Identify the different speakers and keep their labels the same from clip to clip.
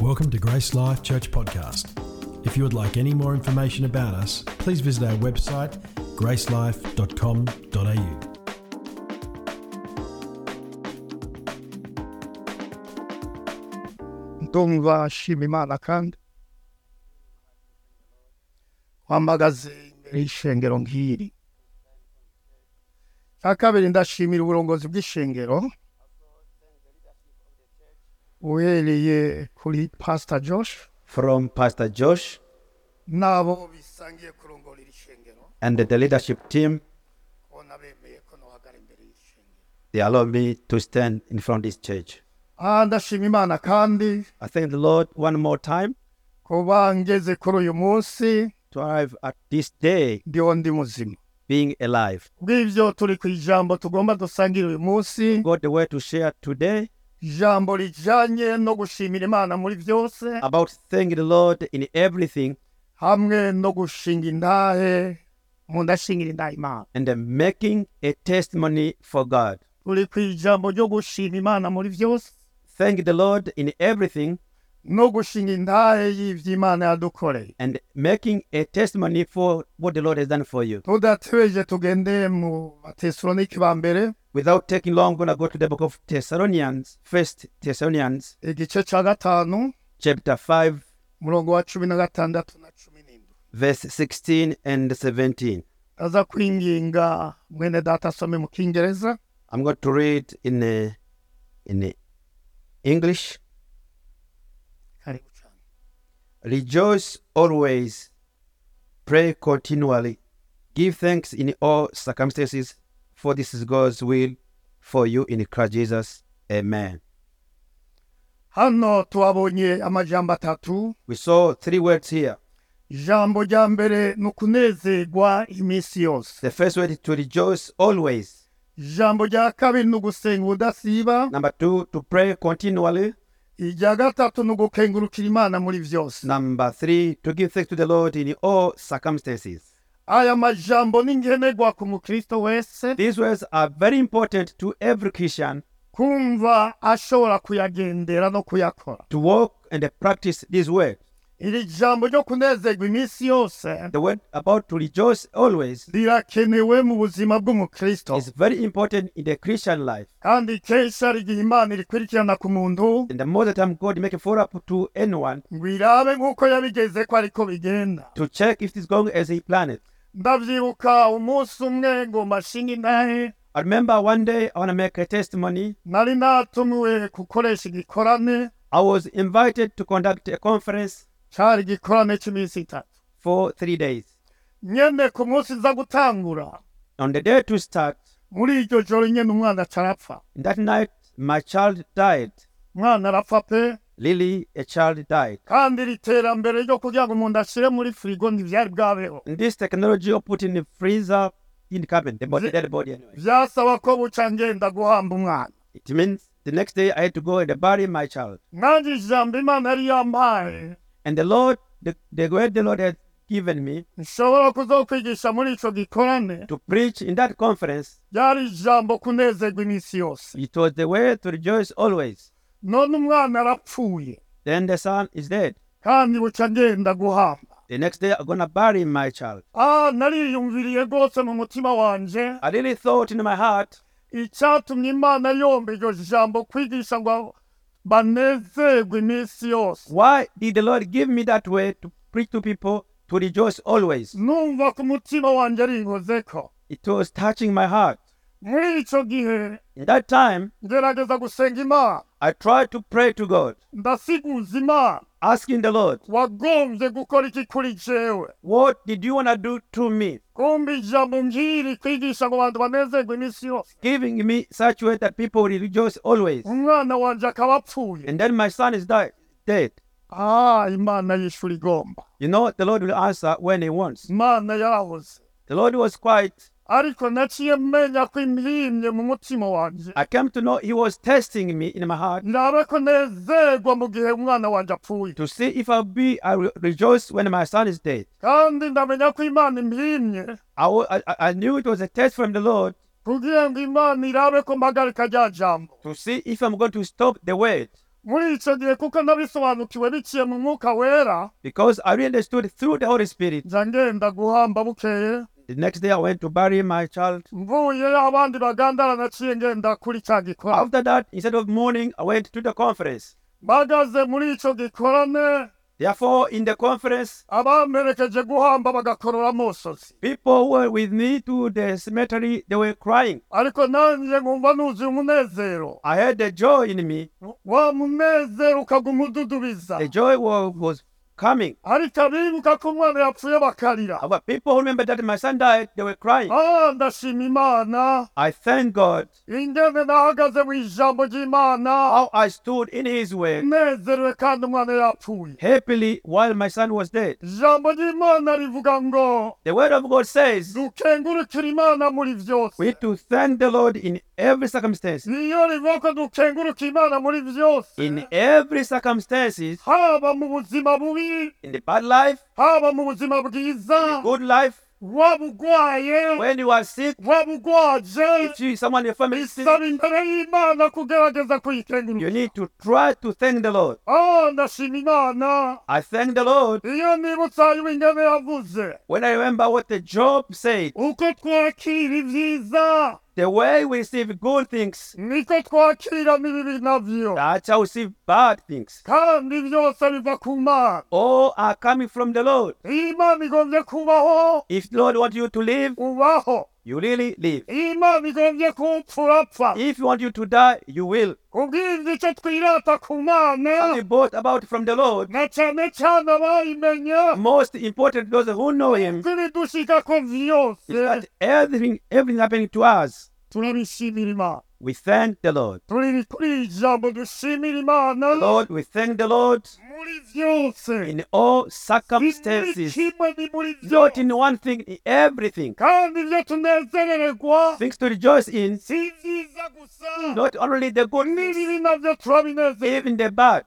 Speaker 1: Welcome to Grace Life Church Podcast. If you would like any more information about us, please visit our website, gracelife.com.au.
Speaker 2: ndumva nshima imana kandi wamagaze imbere y'ishengero nk'iri cya kabiri ndashimira uburongozi bw'ishengero uhereye kuri pasita josh
Speaker 3: from Pastor Josh
Speaker 2: n'abo bisangiye kurongora iri shengero
Speaker 3: and the leadership team.
Speaker 2: kubona bemeye ko nohagara imbere y'ishengero
Speaker 3: They allow me to stand in front of this church.
Speaker 2: ah ndashima imana kandi
Speaker 3: I thank the Lord one more time
Speaker 2: kuba ngeze kuri uyu munsi
Speaker 3: to arrive at this day
Speaker 2: ndiho ndi muzima
Speaker 3: being alive.
Speaker 2: bw'ibyo turi ku ijambo tugomba dusangira uyu munsi
Speaker 3: Got the word to share today
Speaker 2: ijambo rijyanye no gushimira imana muri byose
Speaker 3: about thanking the Lord in everything
Speaker 2: hamwe no gushinga intahe mu ndashingira intahe imana
Speaker 3: and then making a testimony for God.
Speaker 2: turi ku ijambo ryo gushima imana muri byose
Speaker 3: Thank the Lord in everything
Speaker 2: no gushinga intahe y'ibyo imana yadukoreye
Speaker 3: and making a testimony for what the Lord has done for you.
Speaker 2: tudatebeje tugende mu batesalonike ba mbere
Speaker 3: Without taking long, I'm going to go to the book of Thessalonians, First Thessalonians,
Speaker 2: igice cya gatanu
Speaker 3: chapter 5,
Speaker 2: umurongo wa cumi na gatandatu na cumi n'indwi
Speaker 3: verse 16 and 17.
Speaker 2: aza kwinginga mwene data asome mu kingereza
Speaker 3: I'm going to read in uh, in uh, English.
Speaker 2: karibu cyane
Speaker 3: Rejoice always, pray continually, give thanks in all circumstances, for this is God's will for you in Christ Jesus. Amen.
Speaker 2: hano tuhabonye amajambo atatu
Speaker 3: We saw three words here.
Speaker 2: ijambo rya mbere ni ukunezerwa iminsi yose
Speaker 3: The first word is to rejoice always.
Speaker 2: ijambo rya kabiri ni ugusenga ubudasiba
Speaker 3: Number two, to pray continually.
Speaker 2: irya gatatu ni ugukengurukira imana muri byose
Speaker 3: Number three, to give thanks to the Lord in all circumstances.
Speaker 2: aya majambo ni ngenerwa ku mukristo wese
Speaker 3: These words are very important to every Christian
Speaker 2: kumva ashobora kuyagendera no kuyakora
Speaker 3: to walk and practice these words.
Speaker 2: iri jambo ryo kunezerwa iminsi yose
Speaker 3: The word about to rejoice always
Speaker 2: rirakenewe mu buzima bw'umukristo
Speaker 3: is very important in the Christian life.
Speaker 2: kandi kenshi hari igihe imana irikurikirana ku muntu
Speaker 3: And the more the time God make a follow up to anyone
Speaker 2: ngo irabe nk'uko yabigeze ko ariko bigenda
Speaker 3: to check if it's going as he planned. it.
Speaker 2: ndabyibuka umunsi umwe ngo mashinga intahe
Speaker 3: I remember one day I want to make a testimony.
Speaker 2: nari natumiwe gukoresha igikorane
Speaker 3: I was invited to conduct a conference
Speaker 2: cyari igikorane cy'iminsi itatu
Speaker 3: for three days.
Speaker 2: nyine ku munsi nza gutangura
Speaker 3: On the day to start,
Speaker 2: muri iryo joro nyine umwana acarapfa
Speaker 3: that night my child died.
Speaker 2: umwana arapfa pe
Speaker 3: Lily, a child died.
Speaker 2: kandi iri terambere ryo kugira ngo umuntu ashyire muri firigo ntibyari bwabeho
Speaker 3: And this technology of putting the freezer in the cabin, the body, dead body anyway.
Speaker 2: byasaba ko buca ngenda guhamba umwana
Speaker 3: It means the next day I had to go and bury my child.
Speaker 2: nanjye ijambo imana yari yampaye
Speaker 3: And the Lord, the, the word the Lord had given me
Speaker 2: nshobora kuzokwigisha muri icyo gikorane
Speaker 3: to preach in that conference,
Speaker 2: ryari ijambo kunezerwa iminsi yose
Speaker 3: it was the way to rejoice always.
Speaker 2: none umwana arapfuye
Speaker 3: Then the son is dead.
Speaker 2: kandi buca ngenda guhamba
Speaker 3: The next day, I'm going to bury my child.
Speaker 2: ah nariyumviriye rwose mu mutima wanjye
Speaker 3: I really thought in my heart,
Speaker 2: icyatumye imana yomba iryo jambo kwigisha ngo banezerwe iminsi yose
Speaker 3: why did the Lord give me that way to preach to people to rejoice always?
Speaker 2: numva ku mutima wanjye rinkoze ko
Speaker 3: It was touching my heart.
Speaker 2: muri icyo gihe
Speaker 3: In that time,
Speaker 2: ngerageza gusenga imana
Speaker 3: I tried to pray to God,
Speaker 2: ndasiguza imana
Speaker 3: asking the Lord,
Speaker 2: wagombye gukora iki kuri jewe
Speaker 3: What did you want to do to me?
Speaker 2: kumva ijambo nk'iri kwigisha ngo abantu banezerwe iminsi yose
Speaker 3: Giving me such way that people will rejoice always.
Speaker 2: umwana wanjye akaba apfuye
Speaker 3: And then my son is die- dead.
Speaker 2: ah imana y'ishuri igomba
Speaker 3: You know, the Lord will answer when He wants.
Speaker 2: imana yarahoze
Speaker 3: The Lord was quiet.
Speaker 2: ariko naciye menya ko imhimye mu mutima wanjye
Speaker 3: I came to know He was testing me in my heart
Speaker 2: ndabe ko nezerwa mu gihe umwana wanjye apfuye
Speaker 3: to see if I'll be, I will rejoice when my son is dead.
Speaker 2: kandi ndamenya ko imana imhimye
Speaker 3: I, wa- I, I- I knew it was a test from the Lord
Speaker 2: kugira ngo imana irabe ko mpagarika rya jambo
Speaker 3: to see if I'm going to stop the word.
Speaker 2: muri icyo gihe kuko nabisobanukiwe biciye mu mwuka wera
Speaker 3: Because I really understood through the Holy Spirit.
Speaker 2: nza ngenda guhamba bukeye
Speaker 3: The next day I went to bury my child.
Speaker 2: mvuyeyo abandi bagandara naciye ngenda kuri cya gikorane
Speaker 3: After that, instead of mourning, I went to the conference.
Speaker 2: bagaze muri icyo gikorane
Speaker 3: Therefore, in the conference,
Speaker 2: abamperekeje guhamba bagakorora musozi
Speaker 3: people who were with me to the cemetery, they were crying.
Speaker 2: ariko nanjye nkumva nuzuye umunezero
Speaker 3: I had the joy in me.
Speaker 2: wa munezero ukaguma ududubiza
Speaker 3: The joy was, was coming.
Speaker 2: ariko abibuka ko umwana yapfuye bakarira
Speaker 3: Our people who remembered that my son died, they were crying.
Speaker 2: ah ndashima imana
Speaker 3: I thank God
Speaker 2: ingene nahagaze mu ijambo ry'imana
Speaker 3: how I stood in his way
Speaker 2: nezerewe kandi umwana yapfuye
Speaker 3: happily while my son was dead.
Speaker 2: ijambo ry'imana rivuga ngo
Speaker 3: The word of God says
Speaker 2: dukengurukira imana muri
Speaker 3: we
Speaker 2: byose
Speaker 3: to thank the Lord in every circumstance.
Speaker 2: niyo rivuga ko dukengurukira imana muri byose
Speaker 3: In every circumstances,
Speaker 2: haba mu buzima bubi
Speaker 3: in the bad life,
Speaker 2: haba mu buzima
Speaker 3: in the
Speaker 2: bwiza
Speaker 3: good life,
Speaker 2: waba urwaye
Speaker 3: when you are sick,
Speaker 2: waba urwaje
Speaker 3: if you someone in your family is sick,
Speaker 2: bisaba imbere y'imana kugerageza kuyikengurukira
Speaker 3: you need to try to thank the Lord.
Speaker 2: ah ndashima imana
Speaker 3: I thank the Lord
Speaker 2: iyo nibutse ayo ingene yavuze
Speaker 3: when I remember what the Job said.
Speaker 2: uko twakira ibyiza
Speaker 3: The way we receive good things,
Speaker 2: niko twakira n'ibibi nabyo
Speaker 3: that shall receive bad things.
Speaker 2: kandi byose biva ku mana
Speaker 3: All are coming from the Lord.
Speaker 2: iyo imana igombye kubaho
Speaker 3: If the Lord wants you to live,
Speaker 2: ubaho
Speaker 3: you really live.
Speaker 2: iyo imana igombye kupfurapfa
Speaker 3: If you want you to die, you will.
Speaker 2: kubw'ibyo icyo twirata ku mana
Speaker 3: We brought about from the Lord.
Speaker 2: na cyane cyane abayimenya
Speaker 3: Most important, those who know Him,
Speaker 2: tw'ibidushika ko
Speaker 3: is
Speaker 2: vyose
Speaker 3: that everything, everything happening to us,
Speaker 2: turabishimira imana
Speaker 3: we thank the Lord.
Speaker 2: turi kuri iri jambo dushimira imana
Speaker 3: Lord, we thank the Lord
Speaker 2: muri byose
Speaker 3: in all
Speaker 2: Kimwe
Speaker 3: circumstances.
Speaker 2: kimwe ni muri
Speaker 3: Not
Speaker 2: byose
Speaker 3: in one thing, in everything.
Speaker 2: kandi ibyo tunezererwa
Speaker 3: Things to rejoice in,
Speaker 2: si byiza gusa
Speaker 3: not only the good things,
Speaker 2: n'ibibi nabyo turabinezererwa
Speaker 3: even the bad.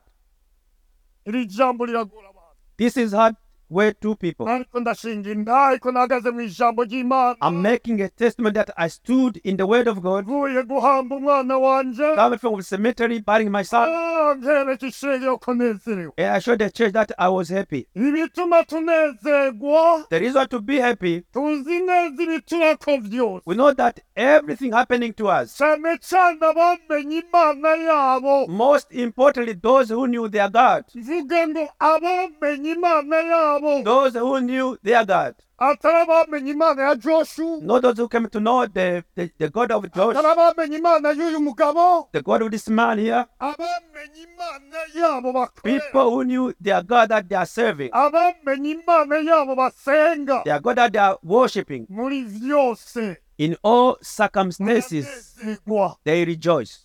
Speaker 2: iri jambo riragora abantu
Speaker 3: This is hard way two people.
Speaker 2: ariko ndashinga inda ariko nahagaze mu ijambo ry'imana
Speaker 3: I'm making a testimony that I stood in the Word of God,
Speaker 2: mvuye guhamba umwana wanje
Speaker 3: coming from the cemetery, burying my son,
Speaker 2: Ah, mpereka ishenge yo kunezerewe
Speaker 3: and I showed the church that I was happy.
Speaker 2: ibituma tunezerwa
Speaker 3: The reason to be happy,
Speaker 2: tuzi neza ibiturako byose
Speaker 3: we know that everything happening to us,
Speaker 2: cyane cyane abamenye imana yabo
Speaker 3: most importantly, those who knew their God,
Speaker 2: mvuge ngo abamenye imana yabo
Speaker 3: those who knew their God,
Speaker 2: atari abamenye imana ya joshu
Speaker 3: not those who came to know the, the, the God of
Speaker 2: atari
Speaker 3: Josh,
Speaker 2: abamenye imana y'uyu mugabo
Speaker 3: the God of this man here,
Speaker 2: abamenye imana yabo bakorera
Speaker 3: people who knew their God that they are serving,
Speaker 2: abamenye imana yabo basenga
Speaker 3: their God that they are worshiping.
Speaker 2: muri byose
Speaker 3: In all circumstances,
Speaker 2: baranezerwa
Speaker 3: they rejoice.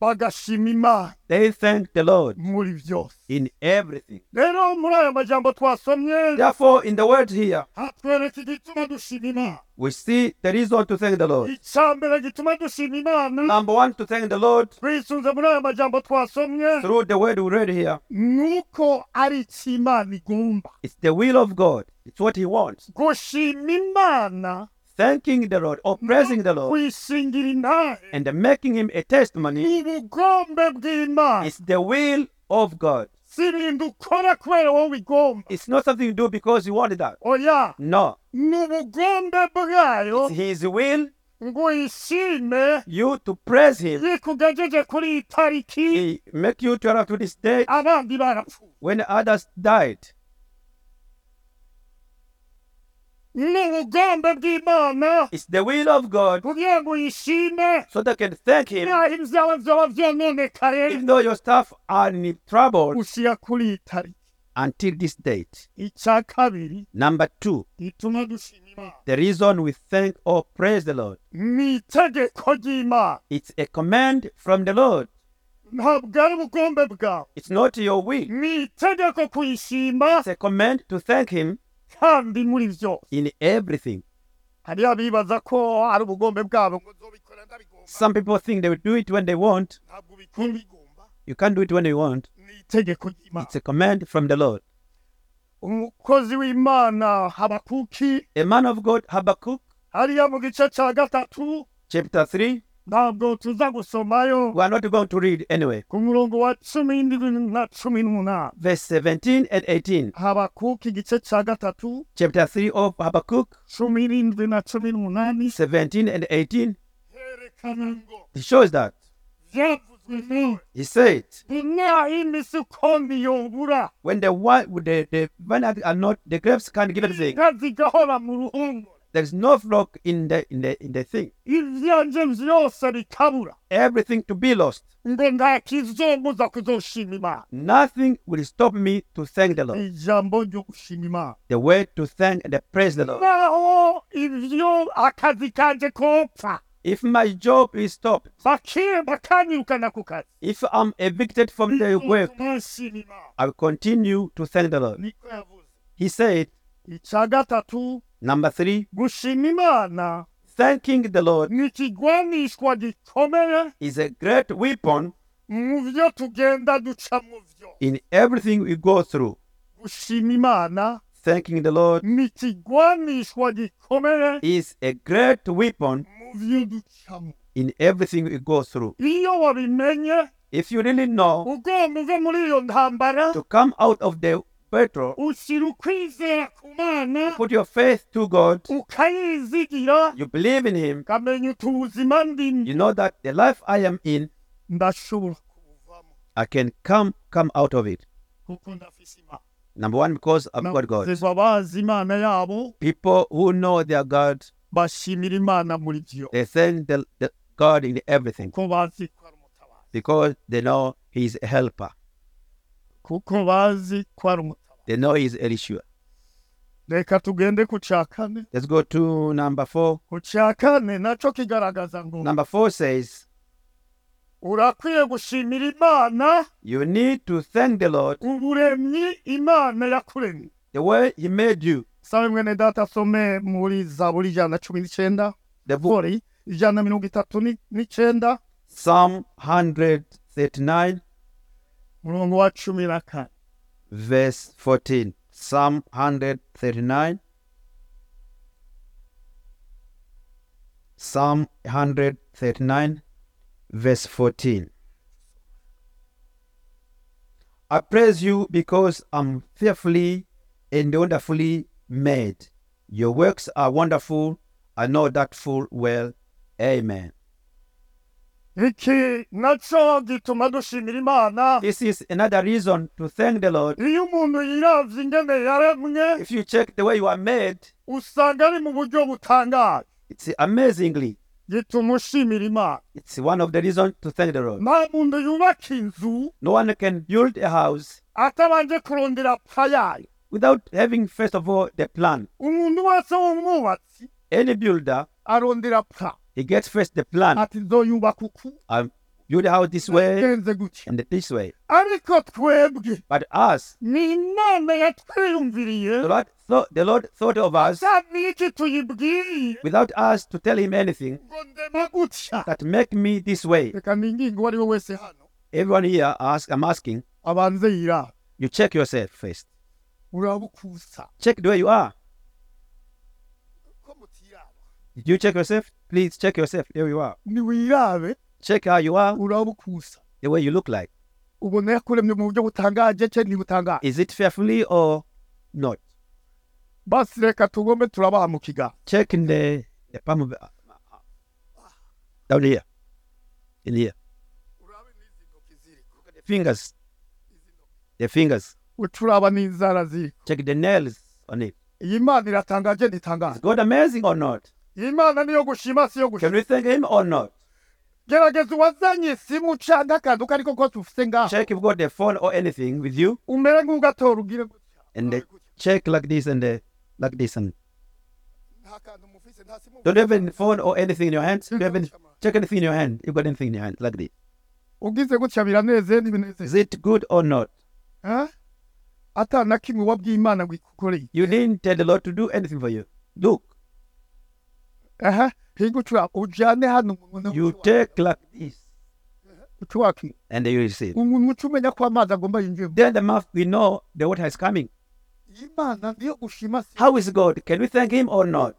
Speaker 2: bagashima imana
Speaker 3: They thank the Lord
Speaker 2: muri byose
Speaker 3: in everything.
Speaker 2: rero muri aya majambo twasomye
Speaker 3: Therefore, in the word here,
Speaker 2: hatwereka igituma dushima imana
Speaker 3: we see the reason to thank the Lord.
Speaker 2: icya mbere gituma dushima imana
Speaker 3: Number one, to thank the Lord
Speaker 2: twisunze muri aya majambo twasomye
Speaker 3: through the word we read here.
Speaker 2: nuko ari icyo imana igomba
Speaker 3: It's the will of God. It's what He wants.
Speaker 2: gushima imana
Speaker 3: Thanking the Lord or praising the Lord
Speaker 2: kwishingira intare
Speaker 3: and making Him a testimony
Speaker 2: ni ubugombe bw'imana
Speaker 3: is the will of God.
Speaker 2: si ibintu ukora kubera wowe igomba
Speaker 3: It's not something you do because you wanted that.
Speaker 2: oya
Speaker 3: No.
Speaker 2: ni ubugombe bwayo
Speaker 3: It's His will
Speaker 2: ngo uyishime
Speaker 3: you to praise Him.
Speaker 2: yikugejeje kuri iyi tariki
Speaker 3: He make you to arrive to this day
Speaker 2: abandi barapfuye
Speaker 3: when others died.
Speaker 2: ni ubugombe bw'imana
Speaker 3: It's the will of God
Speaker 2: kugira ngo uyishime
Speaker 3: so they can thank Him.
Speaker 2: ibyaha byawe byaba byononekaye
Speaker 3: Even though your staff are in trouble
Speaker 2: ushyira kuri iyi tariki
Speaker 3: until this date.
Speaker 2: icya kabiri
Speaker 3: Number two,
Speaker 2: gituma dushima imana
Speaker 3: the reason we thank or praise the Lord.
Speaker 2: ni itegeko ry'imana
Speaker 3: It's a command from the Lord.
Speaker 2: ntabwo ari ubugombe bwawe
Speaker 3: It's not your will.
Speaker 2: ni itegeko kuyishima
Speaker 3: It's a command to thank Him
Speaker 2: kandi muri byose
Speaker 3: in everything.
Speaker 2: hari abibaza ko ari ubugombe bwabo ngo nzobikora ndabigomba
Speaker 3: Some people think they will do it when they want.
Speaker 2: ntabwo ubikora bigomba
Speaker 3: You can't do it when you want.
Speaker 2: ni itegeko ry'imana
Speaker 3: It's a command from the Lord.
Speaker 2: umukozi w'imana habakuki
Speaker 3: A man of God, Habakkuk,
Speaker 2: hariya mu gice cya gatatu
Speaker 3: chapter 3,
Speaker 2: ntabwo tuza gusomayo
Speaker 3: We are not going to read anyway.
Speaker 2: ku murongo wa cumi n'ibiri na cumi n'umunani
Speaker 3: Verse 17 and 18,
Speaker 2: habakuka igice cya gatatu
Speaker 3: chapter 3 of Habakkuk,
Speaker 2: cumi n'indwi na cumi n'umunani
Speaker 3: 17 and 18,
Speaker 2: herekana ngo
Speaker 3: it shows that.
Speaker 2: byavuzwe nawe
Speaker 3: He said,
Speaker 2: inyaha y'imisi konti yobura
Speaker 3: when the wine, the, the vineyard are not, the grapes can't give anything.
Speaker 2: inka zigahora mu ruhongore
Speaker 3: There is no flock in the in the in the thing.
Speaker 2: ibyanje byose bikabura
Speaker 3: Everything to be lost.
Speaker 2: ngo nta kizunguza kuzoshima imana
Speaker 3: Nothing will stop me to thank the Lord.
Speaker 2: ijambo ryo gushima imana
Speaker 3: The way to thank and praise the Lord.
Speaker 2: naho ibyo akazi kanje kopfa
Speaker 3: If my job is stopped,
Speaker 2: bakire bakanyirukana ku kazi
Speaker 3: if I'm evicted from the
Speaker 2: Mm-hmm.
Speaker 3: work,
Speaker 2: nashima imana
Speaker 3: I will continue to thank the Lord.
Speaker 2: niko yavuze
Speaker 3: He said,
Speaker 2: icya gatatu
Speaker 3: number three,
Speaker 2: gushima imana
Speaker 3: thanking the Lord
Speaker 2: ni ikigwanishwa gikomeye
Speaker 3: is a great weapon
Speaker 2: mu byo tugenda duca mu byo
Speaker 3: in everything we go through.
Speaker 2: gushima imana
Speaker 3: Thanking the Lord
Speaker 2: ni ikigwanishwa gikomeye
Speaker 3: is a great weapon
Speaker 2: mu byo ducamo
Speaker 3: in everything we go through.
Speaker 2: iyo wabimenye
Speaker 3: If you really know
Speaker 2: ugomba uve muri iyo ntambara
Speaker 3: to come out of the battle,
Speaker 2: ushyira ukwizera ku mana
Speaker 3: put your faith to God,
Speaker 2: ukayizigira
Speaker 3: you believe in Him,
Speaker 2: ukamenya uti ubuzima ndimo
Speaker 3: you know that the life I am in,
Speaker 2: ndashobora kubuvamo
Speaker 3: I can come come out of it.
Speaker 2: kuko ndafise imana
Speaker 3: Number one, because I've got God.
Speaker 2: Nakuze babazi imana yabo
Speaker 3: People who know their God,
Speaker 2: bashimira imana muri byo
Speaker 3: they thank the, the God in everything
Speaker 2: kuko bazi ko ari umutabazi
Speaker 3: because they know He is a helper.
Speaker 2: kuko bazi ko ari umutabazi
Speaker 3: They know He is a rescuer.
Speaker 2: reka tugende ku cya kane
Speaker 3: Let's go to number four.
Speaker 2: ku cya kane nacyo kigaragaza ngo
Speaker 3: Number four says,
Speaker 2: urakwiye gushimira imana
Speaker 3: You need to thank the Lord
Speaker 2: uburemyi imana yakuremye
Speaker 3: the way He made you.
Speaker 2: sabe mwene data asome muri zaburi ijana na cumi n'icyenda
Speaker 3: The book,
Speaker 2: sorry ijana na mirongo itatu ni- n'icyenda
Speaker 3: Psalm 139,
Speaker 2: murongo wa cumi na kane
Speaker 3: verse 14. Psalm 139. Psalm 139, verse 14. I praise you because I'm fearfully and wonderfully made. Your works are wonderful. I know that full well. Amen.
Speaker 2: iki nacyo gituma dushimira imana
Speaker 3: This is another reason to thank the Lord.
Speaker 2: iyo umuntu yiravye ingene yaremwe
Speaker 3: If you check the way you are made,
Speaker 2: usanga ari mu buryo butangaje
Speaker 3: it's amazingly
Speaker 2: gituma ushimira imana
Speaker 3: It's one of the reasons to thank the Lord.
Speaker 2: nta muntu yubaka inzu
Speaker 3: No one can build a house
Speaker 2: atabanje kurondera pa yayo
Speaker 3: without having, first of all, the plan.
Speaker 2: umuntu wese w'umwubatsi
Speaker 3: Any builder,
Speaker 2: arondera pa
Speaker 3: he gets first the plan.
Speaker 2: ati nzoyubaka uku
Speaker 3: I build a house
Speaker 2: uh,
Speaker 3: this way
Speaker 2: agenze gutya
Speaker 3: and this way.
Speaker 2: ariko twebwe
Speaker 3: But us,
Speaker 2: ni imana
Speaker 3: the
Speaker 2: yatwiyumviriye
Speaker 3: Lord, thought, the Lord thought of us
Speaker 2: cyane iki tuyibwiye
Speaker 3: without us to tell him anything
Speaker 2: ngo ndema gutya
Speaker 3: that make me this way.
Speaker 2: reka ni ingingo uwo ari we wese hano
Speaker 3: Everyone here, ask, I'm asking,
Speaker 2: abanze yiraba
Speaker 3: you check yourself first.
Speaker 2: urabukusa
Speaker 3: Check the way you are.
Speaker 2: ko mutiyaba
Speaker 3: Did you check yourself? Please check yourself. There you are.
Speaker 2: niwirabe
Speaker 3: Check how you are,
Speaker 2: urabukusa
Speaker 3: the way you look like.
Speaker 2: ubona yakuremye mu buryo butangaje cye ntibutangaje
Speaker 3: Is it fearfully or not?
Speaker 2: basi reka tugombe turabaha mu kiganza
Speaker 3: checking the the palm of the- uh, down here, in here. Look at the fingers, the fingers.
Speaker 2: uturaba n'inzara ziko
Speaker 3: Check the nails on it.
Speaker 2: iyi mana iratangaje
Speaker 3: Is
Speaker 2: ntitangaje
Speaker 3: God amazing or not?
Speaker 2: iyi mana niyo gushima siyo gushima
Speaker 3: Can we thank Him or not?
Speaker 2: gerageza uwazanye simu cyangwa akantu ko ariko kose ufite ngaho
Speaker 3: Check if you got the phone or anything with you,
Speaker 2: umere nk'ugatora ubwire gutya
Speaker 3: and they check like this and the like this and
Speaker 2: nta kantu mufise nta simu
Speaker 3: don't have any phone or anything in your hand. Do you have any, check anything in your hand? You got anything in your hand like this?
Speaker 2: ugize gutya biranezeye
Speaker 3: Is
Speaker 2: ntibinezeye
Speaker 3: it good or not?
Speaker 2: Eh? ata na kimwe wabwiye imana ngo ikukoreye
Speaker 3: You didn't tell the Lord to do anything for you. Look,
Speaker 2: aha higucura ujyane hano umuntu
Speaker 3: you take like this,
Speaker 2: ucuwaka
Speaker 3: and then you receive.
Speaker 2: umuntu uca umenya ko amazi agomba yinjiremo
Speaker 3: Then the mouth we know the water is coming.
Speaker 2: imana niyo gushima si
Speaker 3: How is God? Can we thank Him or not?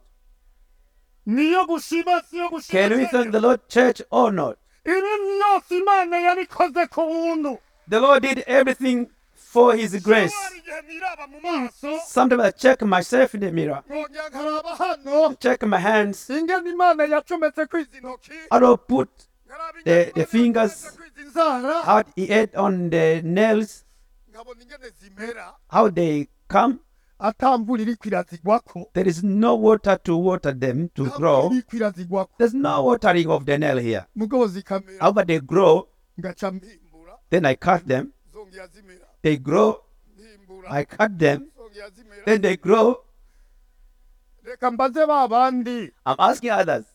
Speaker 2: niyo gushima siyo
Speaker 3: Can we thank
Speaker 2: gushima
Speaker 3: the Lord, church, or not?
Speaker 2: ibi byose imana yabikoze ku buntu
Speaker 3: The Lord did everything for His grace.
Speaker 2: Niba hari igihe niraba mu maso
Speaker 3: Sometimes I check myself in the mirror,
Speaker 2: nkongera nkaraba hano
Speaker 3: check my hands.
Speaker 2: ingene imana yacometse kuri izi ntoki
Speaker 3: I don't put
Speaker 2: nkaraba ingene
Speaker 3: The- the
Speaker 2: Imana
Speaker 3: fingers.
Speaker 2: yacometse kuri izi nzara
Speaker 3: how He ate on the nails,
Speaker 2: nkabona ingene zimera
Speaker 3: how they come.
Speaker 2: atamvura iri kwirazigwako
Speaker 3: There is no water to water them to grow.
Speaker 2: iri kwirazigwako
Speaker 3: There's no watering of the nail here.
Speaker 2: mugabo zikamera
Speaker 3: However, they grow.
Speaker 2: ngaca mpimbura
Speaker 3: Then I cut them.
Speaker 2: zongera zimera
Speaker 3: They grow.
Speaker 2: mpimbura
Speaker 3: I cut them.
Speaker 2: zongera zimera
Speaker 3: Then they grow.
Speaker 2: reka mbaze ba bandi
Speaker 3: I'm asking others,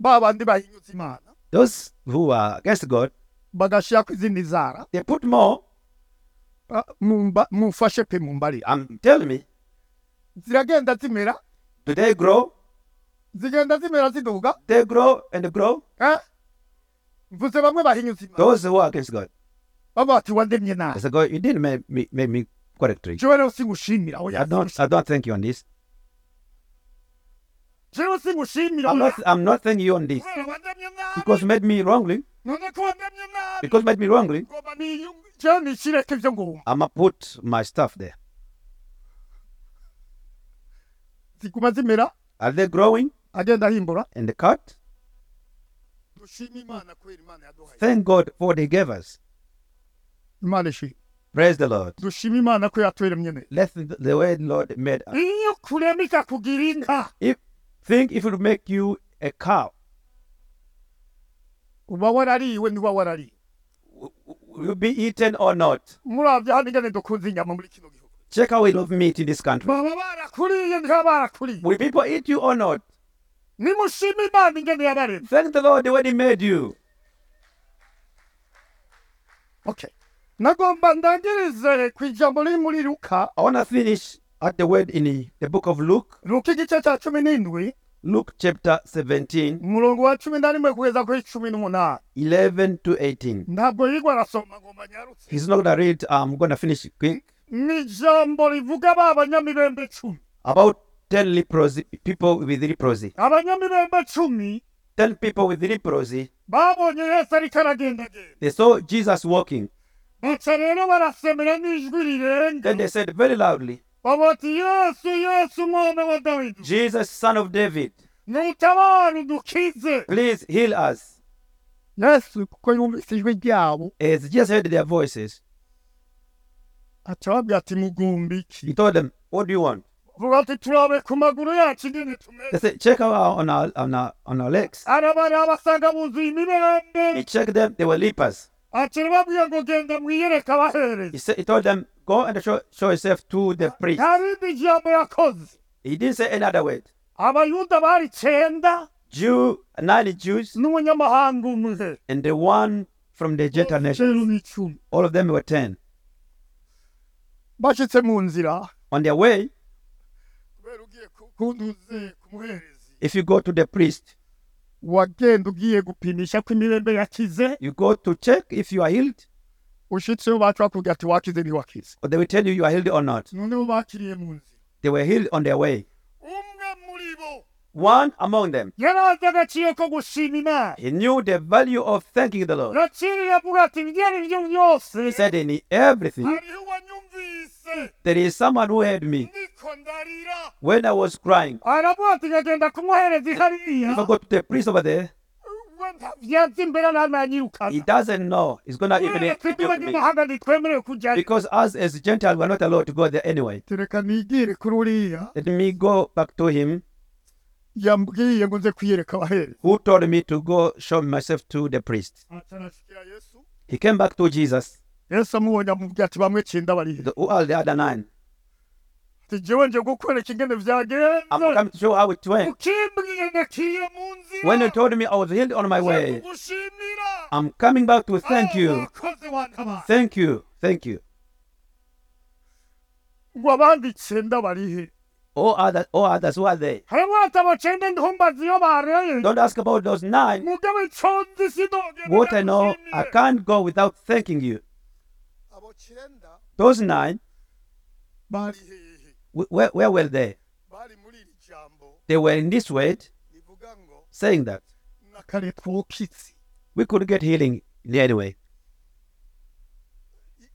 Speaker 2: ba bandi bahinyuza imana
Speaker 3: those who are against God,
Speaker 2: bagashirako izindi nzara
Speaker 3: they put more.
Speaker 2: Ah, mumba- mumfashe pe mumbarira
Speaker 3: I'm telling me,
Speaker 2: ziragenda zimera
Speaker 3: do they grow?
Speaker 2: zigenda zimera ziduga
Speaker 3: They grow and grow.
Speaker 2: eh? mvuze bamwe bahinyuza imana
Speaker 3: Those who are against God,
Speaker 2: baba bati wandemye
Speaker 3: I
Speaker 2: nabi
Speaker 3: said, God, you didn't make me, make me correctly.
Speaker 2: jewe rero singushimira
Speaker 3: I
Speaker 2: oya
Speaker 3: don't, I don't thank you on this.
Speaker 2: jewe singushimira
Speaker 3: I'm
Speaker 2: oya
Speaker 3: not, I'm not thanking you on this
Speaker 2: kubera wandemye nabi
Speaker 3: because you made me wrongly.
Speaker 2: none ko wandemye nabi
Speaker 3: Because you made me wrongly,
Speaker 2: ngomba niyunge jewe nishireke ibyo ngomba
Speaker 3: I'ma put my stuff there.
Speaker 2: ziguma zimera
Speaker 3: Are they growing
Speaker 2: agenda ahimbura
Speaker 3: and they cut?
Speaker 2: dushima imana kubera imana yaduhaye
Speaker 3: Thank God for what He gave us.
Speaker 2: imana ishima
Speaker 3: Praise the Lord.
Speaker 2: dushima imana ko yatweremye neza
Speaker 3: Let the, the way the Lord made us.
Speaker 2: iyo kurema ikakugira inka
Speaker 3: If think if it will make you a cow,
Speaker 2: uba warariwe ntiba warariwe
Speaker 3: w- w- will you be eaten or not?
Speaker 2: murabye hano ingene dukunze inyama muri kino gihugu
Speaker 3: Check how we love meat in this country.
Speaker 2: baba barakuriye ntibaba barakuriye
Speaker 3: Will people eat you or not?
Speaker 2: nimushima imana ingene yabaremye
Speaker 3: Thank the Lord the way He made you.
Speaker 2: okay nagomba ndangirize ku ijambo riri muri luka
Speaker 3: I want to finish at the word in the, the book of Luke,
Speaker 2: luka igice cya cumi n'indwi
Speaker 3: Luke chapter 17,
Speaker 2: umurongo wa cumi na rimwe kugeza kuri cumi n'umunani
Speaker 3: 11 to 18.
Speaker 2: ntabwo yigwa arasoma ngomba nyarutse
Speaker 3: He's not going to read, I'm going to finish quick.
Speaker 2: ni ijambo rivuga ba banyamirembe cumi
Speaker 3: About 10 leprosy, people with leprosy.
Speaker 2: abanyamirembe cumi
Speaker 3: 10 people with leprosy,
Speaker 2: babonye yesu ariko aragendagenda
Speaker 3: they saw Jesus walking.
Speaker 2: baca rero barasemera n'ijwi rirenga
Speaker 3: Then they said very loudly,
Speaker 2: bavuga bati yesu yesu umwana wa dawidi
Speaker 3: Jesus, son of David,
Speaker 2: nutabara udukize
Speaker 3: please heal us.
Speaker 2: yesu kuko yumvise ijwi ryabo
Speaker 3: As Jesus heard their voices,
Speaker 2: acababwira ati mugumba
Speaker 3: he
Speaker 2: iki
Speaker 3: told them, What do you want?
Speaker 2: vuga ati turabe ku maguru yacu nyine
Speaker 3: They
Speaker 2: tumeze
Speaker 3: said, Check our, on, our, on, our, on our legs.
Speaker 2: arabaraba basanga buzuye
Speaker 3: He
Speaker 2: imibembe
Speaker 3: checked them, they were lepers.
Speaker 2: acira babwiye ngo genda mwiyereke
Speaker 3: He,
Speaker 2: abahereza
Speaker 3: said, he told them, Go and show, show yourself to the priest.
Speaker 2: nta rindi jambo yakoze
Speaker 3: He didn't say any other word.
Speaker 2: abayuda bari icyenda
Speaker 3: Jew, nine Jews,
Speaker 2: n'umunyamahanga umwe
Speaker 3: and the one from the Gentile nation.
Speaker 2: rero ni icumi
Speaker 3: All of them were ten.
Speaker 2: bashyitse mu nzira
Speaker 3: On their way,
Speaker 2: kubera ugiye kuntuze ku muherezi
Speaker 3: if you go to the priest,
Speaker 2: wagenda ugiye gupimisha ko imibembe yakize
Speaker 3: you go to check if you are healed,
Speaker 2: ushitseho bacu bakubwira ati wakize ntiwakize
Speaker 3: or they will tell you you are healed or not.
Speaker 2: noneho bakiriye mu nzira
Speaker 3: They were healed on their way.
Speaker 2: umwe muri bo
Speaker 3: One among them,
Speaker 2: yari azi agaciro ko gushima imana
Speaker 3: he knew the value of thanking the Lord.
Speaker 2: yakiriye avuga ati ibyo ari byo byose
Speaker 3: He said, In everything,
Speaker 2: hariho uwanyumvise
Speaker 3: there is someone who heard me
Speaker 2: niko ndarira
Speaker 3: when I was crying.
Speaker 2: aravuga ati ngagenda kumuhereza hariya
Speaker 3: If I go to the priest over there,
Speaker 2: we ntavyanze imbere ntabwo nanyirukana
Speaker 3: he doesn't know. He's going to even
Speaker 2: kubera twebwe
Speaker 3: rebuke me.
Speaker 2: abanyamahanga ntitwemerewe kujyayo
Speaker 3: Because us as Gentiles, we're not allowed to go there anyway.
Speaker 2: reka nigire kuri uriya
Speaker 3: Let me go back to him
Speaker 2: yambwiye ngo nze kwiyereka abahereza
Speaker 3: who told me to go show myself to the priest.
Speaker 2: atarashikira yesu
Speaker 3: He came back to Jesus.
Speaker 2: yesu amubonye amubwira ati bamwe cyenda bari he
Speaker 3: The, who are the other nine?
Speaker 2: tugiwe nje gukwereka ingene
Speaker 3: I'm
Speaker 2: vyagenze
Speaker 3: coming to show how it
Speaker 2: 뭐
Speaker 3: went.
Speaker 2: ukimbwiye naciye mu
Speaker 3: When you
Speaker 2: nzira
Speaker 3: told me I was healed on my way,
Speaker 2: kugushimira
Speaker 3: I'm coming back to thank you.
Speaker 2: wakoze wantabara
Speaker 3: Thank you. Thank you.
Speaker 2: ngo abandi icyenda bari he
Speaker 3: All others, all others, who are they?
Speaker 2: harimo hatabo cyenda ntumbazi iyo bareye
Speaker 3: Don't ask about those nine.
Speaker 2: mugabo iconzi sinogenda
Speaker 3: What I know, I
Speaker 2: ndagushimire.
Speaker 3: can't go without thanking you.
Speaker 2: abo cyenda
Speaker 3: Those nine,
Speaker 2: bari hehe
Speaker 3: wh- where, where were they?
Speaker 2: bari muri iri jambo
Speaker 3: They were in this word
Speaker 2: ni vuga ngo
Speaker 3: saying that
Speaker 2: nakaretwokitse
Speaker 3: we could get healing in any way.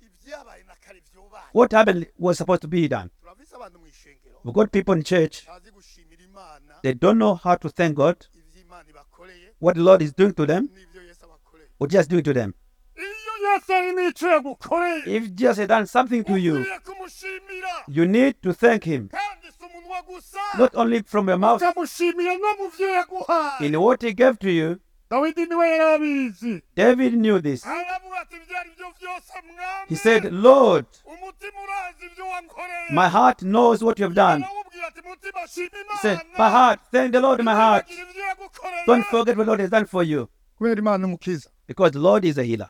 Speaker 2: ibyabaye na kare byubaye
Speaker 3: What happened was supposed to be done.
Speaker 2: turabise abantu mu ishengero
Speaker 3: We've got people in church,
Speaker 2: bazi gushimira imana
Speaker 3: they don't know how to thank God,
Speaker 2: ibyo imana ibakoreye
Speaker 3: what the Lord is doing to them,
Speaker 2: n'ibyo yesu abakoreye
Speaker 3: or just doing to them.
Speaker 2: iyo yesu ari n'icyo yagukoreye
Speaker 3: If Jesus had done something to you,
Speaker 2: ukwiriye kumushimira
Speaker 3: you need to thank Him,
Speaker 2: kandi si umunwa gusa
Speaker 3: not only from your mouth,
Speaker 2: ukamushimira no mu byo yaguhaye
Speaker 3: in what He gave to you.
Speaker 2: dawidi niwe yari abizi
Speaker 3: David knew this.
Speaker 2: aravuga ati ibyo ari byo byose mwami
Speaker 3: He said, Lord,
Speaker 2: umutima urazi ibyo wankoreye
Speaker 3: my heart knows what you have done.
Speaker 2: aramubwira ati mutima shima
Speaker 3: He
Speaker 2: imana
Speaker 3: said, My heart, thank the Lord in my heart.
Speaker 2: Ntiwibagire ibyo yagukoreye
Speaker 3: Don't forget what the Lord has done for you,
Speaker 2: kubera imana umukiza
Speaker 3: because the Lord is a healer.